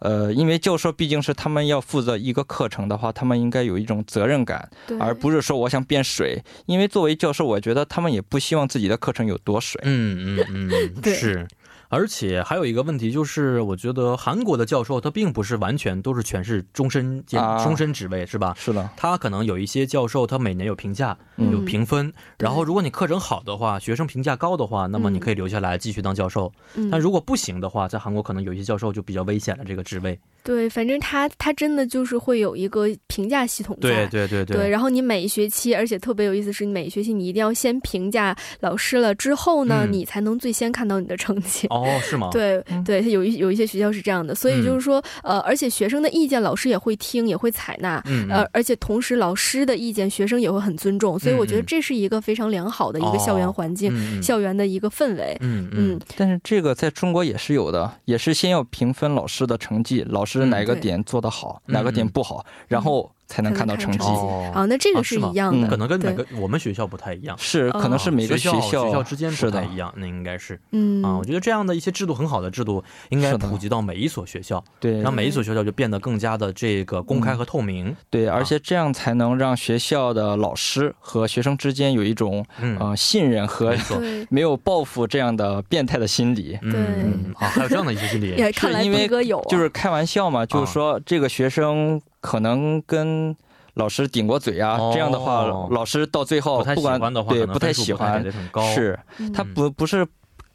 呃，因为教授毕竟是他们要负责一个课程的话，他们应该有一种责任感，
对
而不是说我想变水。因为作为教授，我觉得他们也不希望自己的课程有多水。
嗯嗯嗯，
对
是。而且还有一个问题就是，我觉得韩国的教授他并不是完全都是全是终身兼、
啊
终身职位，是吧？
是的，
他可能有一些教授，他每年有评价、
嗯
有评分，然后如果你课程好的话，学生评价高的话，那么你可以留下来继续当教授。
嗯
但如果不行的话，在韩国可能有一些教授就比较危险了这个职位。
对，反正他他真的就是会有一个评价系统在。
对对哎对
对然后你每一学期，而且特别有意思是，你每一学期你一定要先评价老师了，之后呢，
嗯
你才能最先看到你的成绩。
哦，是吗？，
对对，有一有一些学校是这样的，所以
嗯
就是说，呃，而且学生的意见老师也会听，也会采纳，
嗯，
呃，而且同时老师的意见学生也会很尊重，所以我
嗯
觉得
嗯
这是一个非常良好的一个校
哦
园环境、
嗯
校园的一个氛围。
嗯
嗯
嗯，
但是这个在中国也是有的，也是先要评分老师的成绩，老师哪个
对嗯
点做得好，
嗯
哪个点不好，然后才能
才能
看到
看
成
成
绩
绩。
哦
啊，那这
啊
个
是
是
吗
一样的，
可能跟每
对
个我们学校不太一样。哦
是，
哦
可能是每个
学
学
学校之间不
是
太
的，
一样，那应该是
嗯
啊，我觉得这样的一些制度很好的制度，应该
是的
普及到每一所学校，
对
让每一所学校就变得更加的这个公开和透明。
对，而且这样才能让学校的老师和学生之间有一种
嗯，
呃信任和
没错，
对，
没有报复这样的变态的心理。
嗯
对
嗯，啊，还有这样的一些心
[LAUGHS]
理，
也看来
因为
斌哥有、啊，
就是开玩笑嘛，
啊
就是说这个学生可能跟老师顶过嘴啊，
哦
这样的话老师到最后
不太
不
喜
管
欢的话，
对
可能
不太
分数
喜欢
给得很高，
是
嗯
他不不是，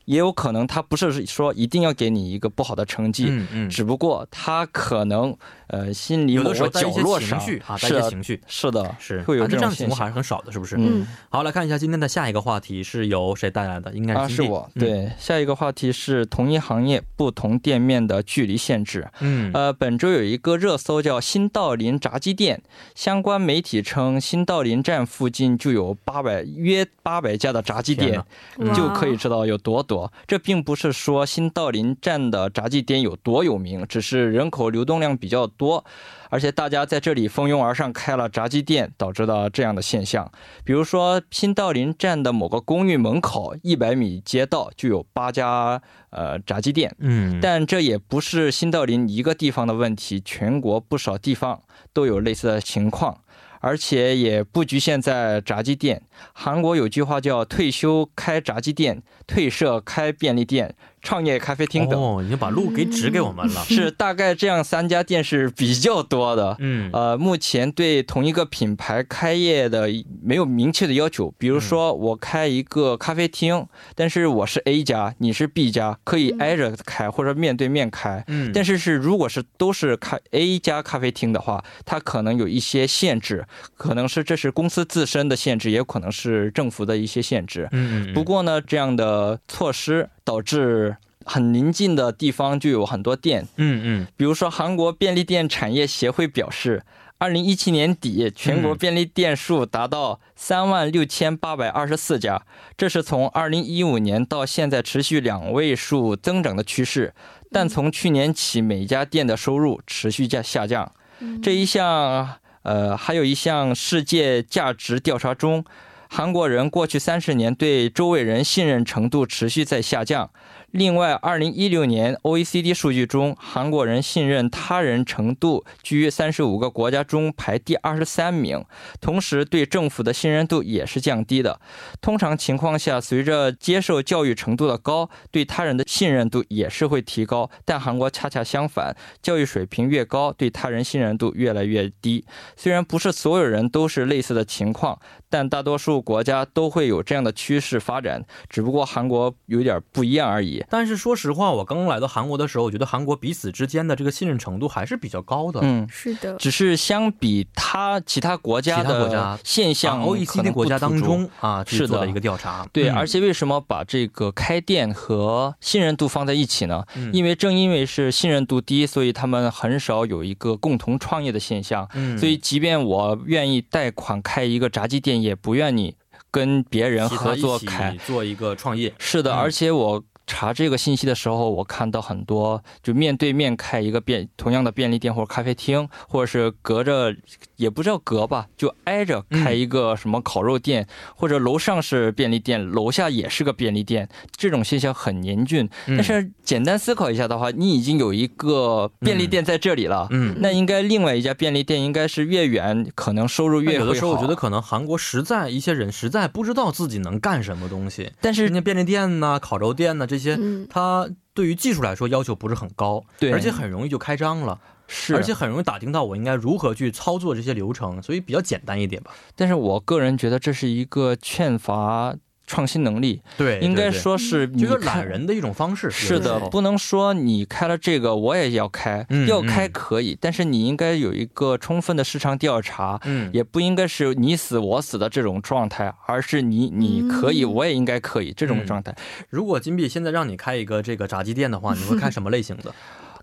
也有可能他不是说一定要给你一个不好的成绩，
嗯嗯，
只不过他可能呃心里
有
某
的时候
个
带
角
一些
落
情
上
绪啊，带一
是
些
的
情绪。
是的，
是，
会有
啊这
这种
样的情
现
况还
象。
是很少的，是不是？
嗯，
好，来看一下今天的下一个话题是由谁带来的？应该是嗯
啊，
金
是
立
我。，对，下一个话题是同一行业不同店面的距离限制。
嗯，嗯
呃，本周有一个热搜叫“新道林炸鸡店”，相关媒体称新道林站附近就有八百约八百家的炸鸡
天
店
哪，
哇
就可以知道有多多。这并不是说新道林站的炸鸡店有多有名，只是人口流动量比较多，而且大家在这里蜂拥而上开了炸鸡店，导致了这样的现象。比如说新道林站的某个公寓门口一百米街道就有八家呃炸鸡店。
嗯，
但这也不是新道林一个地方的问题，全国不少地方都有类似的情况，而且也不局限在炸鸡店。韩国有句话叫“退休开炸鸡店，退社开便利店，创业咖啡厅”等，
哦，已经把路给指给我们了，
嗯是大概这样三家店是比较多的。
嗯，
呃，目前对同一个品牌开业的没有明确的要求。比
嗯
如说，我开一个咖啡厅，但是我是 A 家，你是 B 家，可以挨着开或者面对面开。
嗯，
但
是
是是如果是都是咖 A 家咖啡厅的话，它可能有一些限制，可能是这是公司自身的限制，也有可能是政府的一些限制。
嗯，嗯
不过呢，这样的措施导致很临近的地方就有很多店，
嗯嗯
比如说，韩国便利店产业协会表示，二零一七年底，全国便利店数达到三万六千八百二十四家，这是从二零一五年到现在持续两位数增长的趋势。但从去年起，每家店的收入持续下下降。
嗯
这一项，呃，还有一项世界价值调查中，韩国人过去三十年对周围人信任程度持续在下降。另外，二零一六年 OECD 数据中，韩国人信任他人程度居三十五个国家中排第二十三名，同时对政府的信任度也是降低的。通常情况下，随着接受教育程度的高，对他人的信任度也是会提高。但韩国恰恰相反，教育水平越高，对他人信任度越来越低。虽然不是所有人都是类似的情况，但大多数国家都会有这样的趋势发展，只不过韩国有点不一样而已。
但是说实话，我刚来到韩国的时候，我觉得韩国彼此之间的这个信任程度还是比较高的。
嗯，
是的，
只是相比他其他国家
其他国家啊
的现象
像
可
OECD
能不
国家当
突出。
中啊，去
是
做
的
了一个调查。
对，
嗯
而且为什么把这个开店和信任度放在一起呢？
嗯
因为正因为是信任度低，所以他们很少有一个共同创业的现象。
嗯
所以，即便我愿意贷款开一个炸鸡店，也不愿意跟别人
其他
合作
一起
开。
做一个创业。
是的，
嗯
而且我查这个信息的时候，我看到很多就面对面开一个便同样的便利店或者咖啡厅，或者是隔着也不叫隔吧，就挨着开一个什么烤肉店，
嗯
或者楼上是便利店，楼下也是个便利店，这种现象很严峻。
嗯
但，是简单思考一下的话，你已经有一个便利店在这里了。
嗯，
那应该另外一家便利店应该是越远，可能收入
那
越
有
会
的时候我
好
觉得，可能韩国实在一些人实在不知道自己能干什么东西，
但是
人家便利店呐、烤肉店呐、这些，
嗯，
它对于技术来说要求不是很高，
对
而且很容易就开张了，
是，
而且很容易打听到我应该如何去操作这些流程，所以比较简单一点吧。
但是我个人觉得这是一个缺乏创新能力，
对，
应该
对对嗯
说是你
就是
看
懒。人的一种方式。
是
有时
的，
候
不能说你开了这个我也要开，
嗯
要开
嗯
可以，但是你应该有一个充分的市场调查，
嗯，
也不应该是你死我死的这种状态，而是你你可以，
嗯
我也应该可以这种
嗯
状态。
如果金币现在让你开一个这个炸鸡店的话，你会开什么类型的？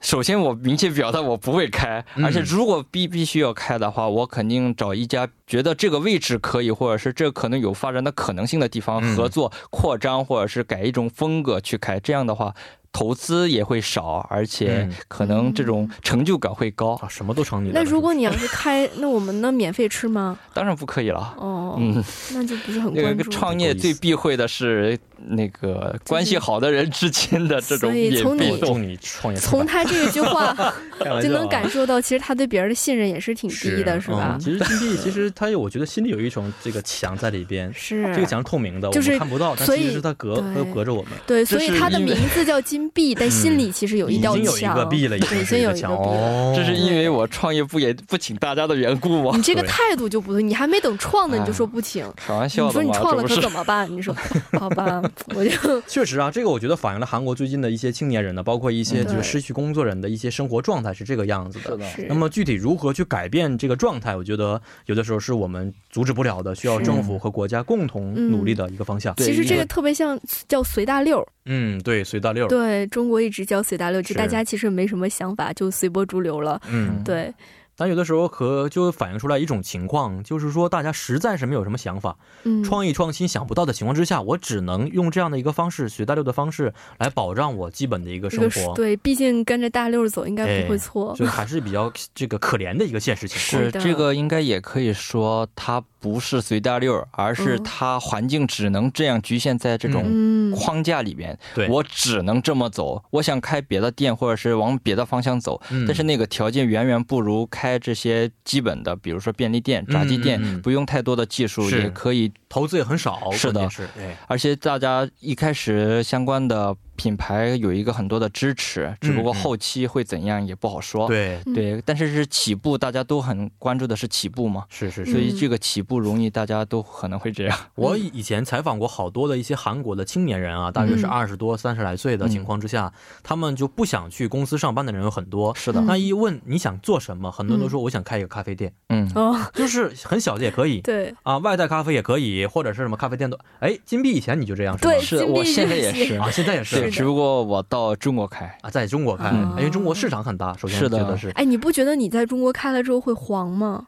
首先，我明确表达我不会开，
嗯
而且如果必必须要开的话，我肯定找一家觉得这个位置可以，或者是这可能有发展的可能性的地方
嗯
合作、扩张，或者是改一种风格去开。这样的话，投资也会少，而且
嗯
可能这种成就感会高。
啊，什么都成你的
那
了。
如果你要是开，那我们呢免费吃吗？
当然不可以了。
哦，
嗯，
那就不是很
那
关
个
注。
创业最避讳的是那个关系好的人之间的这种
所以
也
从
是吧
被
你
我祝你创业
从
成
他这句话
功开玩笑
就
啊 [LAUGHS]
能感受到，其实他对别人的信任也是挺低的，是吧
嗯？其实金币其实它有，我觉得心里有一种这个墙在里边，
是
这个墙是透明的，
就是
我们看不到，但
所
其
以
实是它隔
对
它隔着我们。
对，
这
所以
是
他的
因为
名字叫金关闭，
[LAUGHS]
但心里其实有
嗯
一
已
道
经有一
墙。
个 B 了，已
对
经是
已经有
墙
一个 B 了
哦，
这是因为我创业不也不请大家的缘故吗
你？这个
对啊
态度就不对，你还没等创呢，
哎
你就说不请。
开玩笑
你
的
说你
嘛，这
创了
不
可
是
怎么办？
[LAUGHS]
你说好吧，我就
确实啊，这个我觉得反映了韩国最近的一些青年人呢，包括一些
嗯
就是失去工作人的一些生活状态是这个样子的。
是的
是
那么具体如何去改变这个状态，我觉得有的时候是我们阻止不了的，需要政府和国家共同努力的一个方向。
对
其实
一
这
个
个特别像叫随大溜儿，
嗯，对，随大溜儿。
对中国一直叫随大溜儿，
是
就大家其实没什么想法，就随波逐流了。
嗯，
对，
但有的时候可就反映出来一种情况，就是说大家实在是没有什么想法，
嗯，
创意创新想不到的情况之下，我只能用这样的一个方式，随大溜的方式来保障我基本的一个
这
生
个是
活。
对，毕竟跟着大溜儿走，应该不会错。
就还是比较这个可怜的一个现实情况。
是
是
的
这个应该也可以说，它不是随大溜儿，而是
嗯
它环境只能这样局限在这种
嗯，
框架里边。
对
我只能这么走。我想开别的店，或者是往别的方向走，
嗯
但是那个条件远远不如开这些基本的，比如说便利店、
嗯
炸鸡店，
嗯嗯
不用太多的技术
是
也可以。
投资也很少，
是的
关键是哎，
而且大家一开始相关的品牌有一个很多的支持，只不
嗯
过
嗯
后期会怎样也不好说。
对，
嗯
对，但是是起步，大家都很关注的是起步嘛。
是是
所
是。
以这个起步容易，大家都可能会这样。
我以前采访过好多的一些韩国的青年人啊，大约是
嗯嗯
二十多、三十来岁的
嗯
情况之下，他们就不想去公司上班的人有很多。
是
的嗯嗯
那一问你想做什么，很多人都说我想开一个咖啡店，
嗯，
哦，
就是很小的也可以
对
啊，外带咖啡也可以，或者是什么咖啡店都。哎，金币以前你就这样是吗
对，
是
金币
我现在
这
也
些
是
啊，现在也是
对，只不过我到中国开，
啊，在中国开，
嗯
因为中国市场很大，首先
是
觉
的
得是
哎，你不觉得你在中国开了之后会黄吗？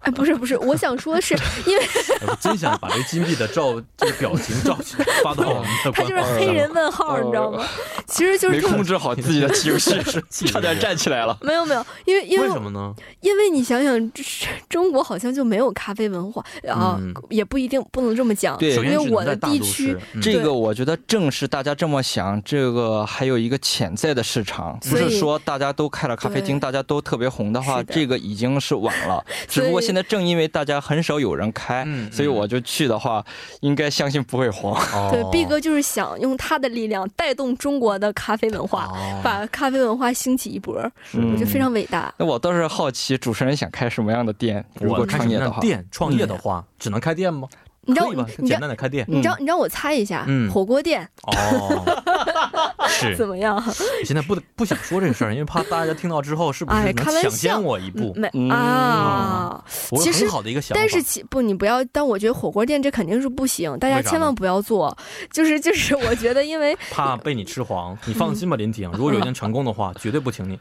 哎，不是不是，我想说
[LAUGHS]
是因为
哎我真想把这金币的照这个表情照
[LAUGHS]
起来发到我们的
他
官
就是
方
黑
上。
人问号，你知道
哦
吗？其实就是
没
特
控制好自己的情 [LAUGHS] 绪，
气
差点站起来
嗯
了。
没有没有，因为因
为
为
什么呢？
因为你想想，这中国好像就没有咖啡文化啊、
嗯
也不一定不能这么讲。
对
首
因
先
为
只能
我
在
的
大
地
都
区
市，嗯
这
对
个我觉得正是大家这么想，这个还有一个潜在的市场，不
所以
是说大家都开了咖啡厅，
对
大家都特别红的话，
是的
这个已经是晚了。只不过现在正因为大家很少有人开
嗯，
所以
嗯
我就去的话，应该相信不会黄。
对
哦
B 哥就是想用他的力量带动中国的咖啡文化，
哦
把咖啡文化兴起一波，我
嗯
觉得非常伟大。
那我倒是好奇主持人想开什么样的店？如
我嗯
果
开什
创
么
业的
样
话，
店创业的话，嗯只能开店吗？
你知道
可以吧，
你知
简
道嗯
单的开店。
你知道你知道我猜一下，
嗯
火锅店
哦，
[LAUGHS] 怎
是，
么样？
现在不不想说这个事儿，因为怕大家听到之后是不
哎
是
开
能
玩
抢
笑
先我一步？
没、
嗯
啊。
我有
其实
很好的一个想法，
但是其不，你不要。但我觉得火锅店这肯定是不行，大家
为啥呢
千万不要做。就是就是，我觉得因为
怕被你吃
嗯
黄。你放心吧，林
[LAUGHS]
婷，如果有一天成功的话，绝对不请你。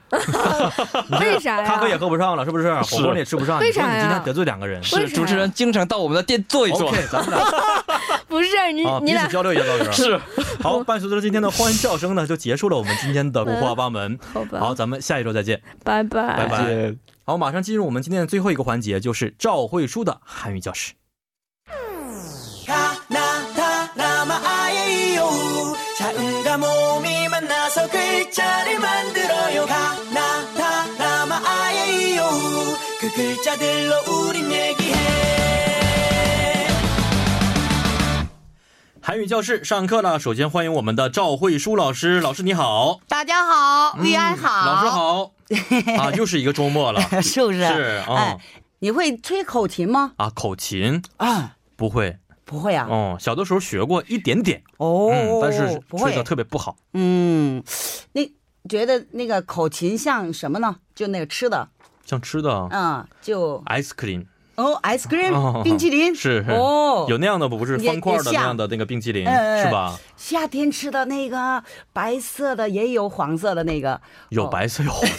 为啥呀？
咖啡也喝不上了，是不是？火锅你也吃不上，
为
你说
啥
你今
呀
天得罪两个人。
为
是
啥
主持人经常到我们的店坐一坐。
啊 OK，咱们俩
不是 [LAUGHS] 你、
啊，
你
彼
俩
此交流一下到这
[LAUGHS]
儿。
[LAUGHS] 是，
好，伴随着今天的欢笑声呢，就结束了我们今天
嗯
的五花八门。
好吧？
好，咱们下一周再见，
拜拜。
拜
再
拜。
见
好，马上进入我们今天的最后一个环节，就是赵慧舒的韩语教室。
하나하나마 아예 이오후 자음과 몸이 만나서 글자를 만들어요 하나하나마 아예 이오후 그 글자들로 우린 얘기해
韩语教室上课了，首先欢迎我们的赵慧舒老师，老师你好，
大家好，玉安好，
嗯老师，
[LAUGHS]
好。啊，又是一个周末了，
是 [LAUGHS] 不是？
是
哎
啊、
你会吹口琴吗？
啊，口琴
啊，
不会，
不会啊。
哦，小的时候学过一点点，
哦，
嗯，但是
不
吹的
会。
特别不好。
嗯，那觉得那个口琴像什么呢？就那个吃的，
像吃的啊
嗯，就
ice cream
哦，ice cream、
哦
冰淇淋
是
哦，
有那样的不是
也
方块的
也
那
像
样的那个冰淇淋
哎哎哎
是吧？
夏天吃的那个白色的，也有黄色的那个，
有
哦
白色有红，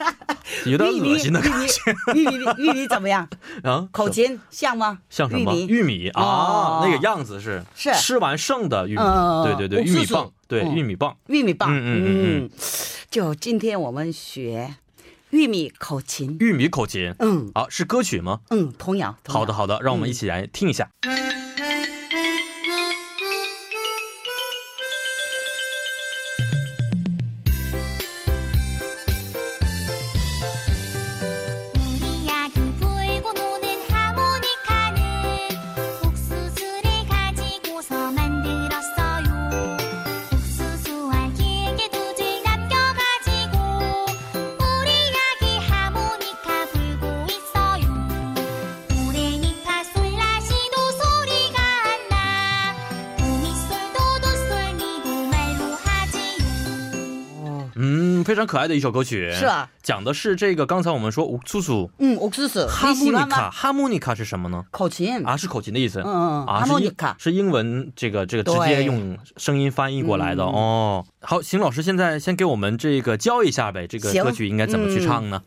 嗯 [LAUGHS]
有点
芋泥
恶心的感觉
芋泥芋泥芋泥怎么样？
啊。
口琴像吗？
像什
芋
么
泥？
玉米啊
哦，
那个样子是
是
吃完剩的玉米，
嗯
对对对，
嗯
玉米
是是
棒，对
嗯
玉米棒，
玉米棒。
嗯嗯嗯
嗯，就今天我们学玉米口琴。
玉米口琴
嗯
啊，是歌曲吗？
嗯，童谣。童谣
好的，好的，让我
嗯
们一起来听一下。
우리 아기 불고 노는 하모니카는 옥수수를 가지고서 만들었어요 옥수수와 길게
嗯，非常可爱的一首歌曲，
是啊吧？
讲的是这个刚才我们说苏苏
嗯，我试试，
哈
你
莫
喜
尼
欢
卡，
吗？
哈莫尼卡是什么呢？
口琴，
啊，是口琴的意思。
嗯嗯，
啊，
哈
是
莫尼
英
卡，
是英文这个这个直接
对
用声音翻译过来的、
嗯
哦。好，邢老师现在先给我们这个教一下呗，这个
行嗯
歌曲应该怎么去唱呢？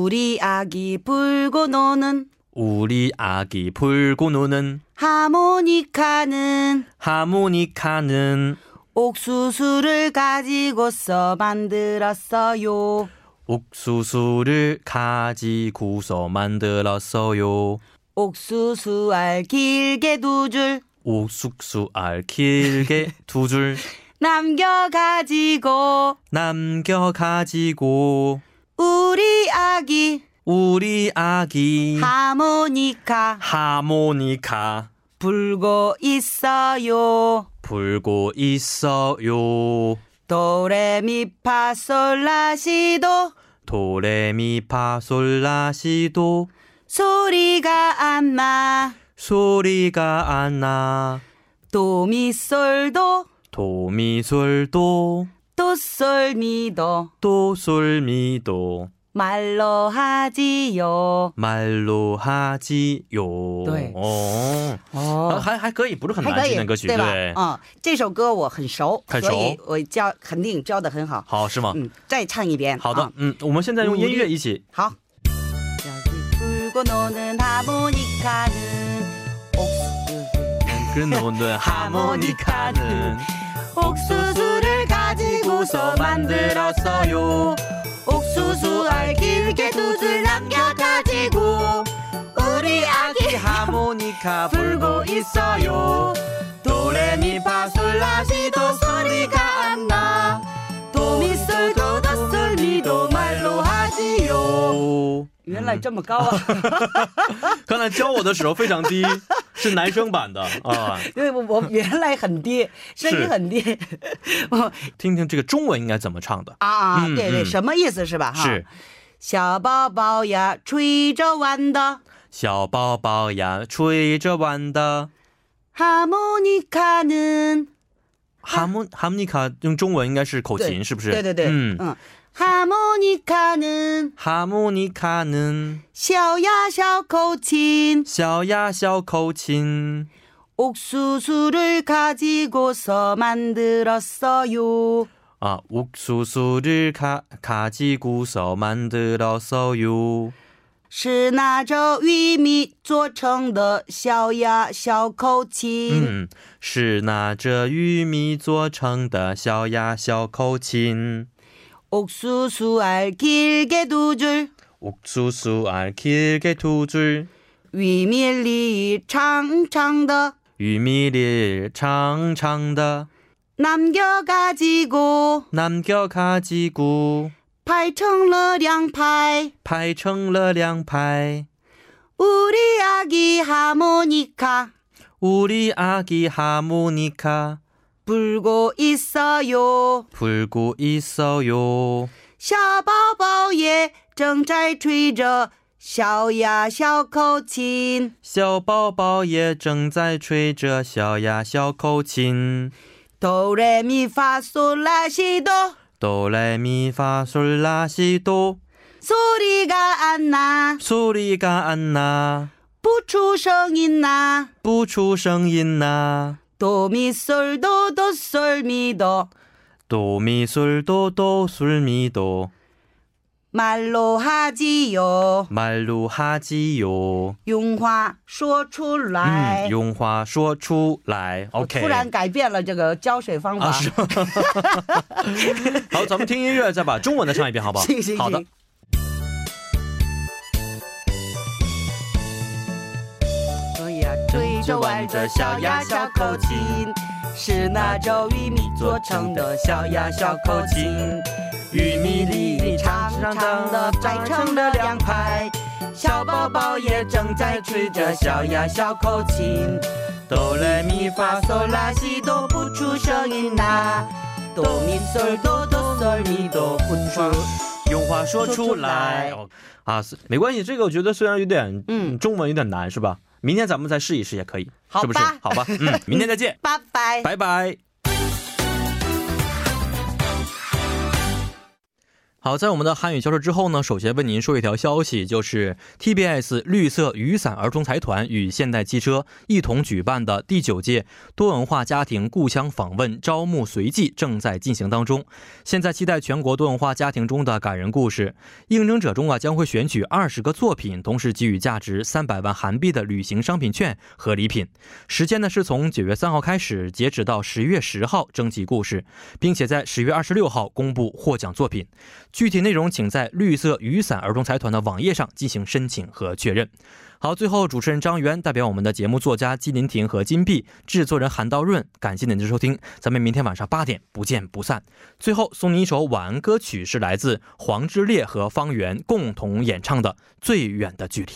우리 아기 불고 노는
우리아기불고노는
하모니카는
하모니카는
옥수수를 가지고서 만들었어요.
옥수수를 가지고서 만들었어요.
옥수수 알 길게 두 줄
옥수수 알 길게 두 줄
남겨 가지고
남겨 가지고
우리 아기
우리 아기
하모니카
하모니카
불고 있어요.
불고 있어요.
도레미파솔라시도
도레미파솔라시도
소리가 안나
소리가 안 나.
도미솔도
도미솔도
또솔미도
도솔미도
말로 하지요.
말로 하지요.
对。
哦，
哦
还还可以，不是很
还可
难
以
记的歌曲，
对吧？
对
嗯，这首歌我很熟，
네. 很
所以
熟
我教肯定教的很好。
好是吗？
嗯，再唱一遍。
好的
啊，
嗯，我们现在用音乐一起，
好。
跟我们的哈莫尼卡呢。
옥수수를 가지고서 만들었어요. 옥수수 알 길게 두 줄 남겨 가지고 우리 아기
하모니카
불고 있어요. 도레미파솔라시도 소리가 안 나. 도미솔도 도솔미도 말로 하지요. 原来这么高啊！
刚才教我的时候非常低，是男生版的啊。
因为我我原来很低，声
是
音很低。我
听听这个中文应该怎么唱的？
啊啊，
嗯
对对，
嗯
什么意思是吧？哈
是
小宝宝呀，吹着玩的
小宝宝呀，吹着玩的
哈莫尼卡呢？
哈姆哈姆尼卡，用中文应该是口琴，
啊对
是不是？
对对对，
嗯，
嗯嗯，哈莫尼卡呢？
哈姆尼卡呢？
小呀小口琴，
小呀小口琴，
옥수수를 가지고서 만들었어요.
아 옥수수를 가 가지고서 만들었어요.
是拿着玉米做成的小呀小口琴。
嗯，是拿着玉米做成的小呀小口琴。
옥수수 알 길게 두 줄,
옥수수 알 길게 두 줄
위밀리 창창더
유미를 장장다
남겨가지고
남겨 가지고
排成了两排。
파이청러 량파이
우리 아기 하모니카
우리 아기 하모니카
불고 있어요.
불고 있어요.
小宝宝也正在吹着小呀小口琴，
小宝宝也正在吹着小呀小口琴，
哆来咪发嗦拉西哆，
哆来咪发嗦拉西哆，
苏里嘎安呐，
苏里嘎安呐，
不出声音呐，
不出声音呐。
哆咪嗦哆哆嗦咪哆，
哆咪嗦哆哆嗦咪哆，
满罗哈基哟，
满路哈基哟。
用话说出
嗯，
来。
用话说出来。
我
OK，
突然改变了这个浇水方法。
啊是吗？ [LAUGHS] 好，咱们听音乐，再把中文的唱一遍，好不好？
行行
好的
行。哎呀，追着玩着小呀小口琴，是拿着玉米做成的小呀小口琴，玉米粒长长的掰成了两排，小宝宝也正在吹着小呀小口琴，
哆来
咪
咪发
发嗦
嗦
拉
拉
西
西
哆
哆，
不出声音呐，哆咪嗦哆哆嗦咪哆不出。
用话说出来。
说
哦啊，是没关系，这个我觉得虽然有点，
嗯
嗯，中文有点难，是吧？明天咱们再试一试也可以，
好
是不是
吧？，
好吧，嗯，明天再见
拜拜。
拜拜。好，在我们的汉语教授之后呢，首先为您说一条消息，就是 TBS 绿色雨伞儿童财团与现代汽车一同举办的第九届多文化家庭故乡访问招募随即正在进行当中。现在期待全国多文化家庭中的感人故事。应征者中啊，将会选取二十个作品，同时给予价值三百万韩币的旅行商品券和礼品。时间呢是从九月三号开始，截止到十月十号征集故事，并且在十月二十六号公布获奖作品。具体内容请在绿色雨伞儿童财团的网页上进行申请和确认。好，最后主持人张源代表我们的节目作家金林婷和金碧，制作人韩道润，感谢您的收听，咱们明天晚上八点不见不散。最后送您一首晚安歌曲，是来自黄致列和方圆共同演唱的《最远的距离》。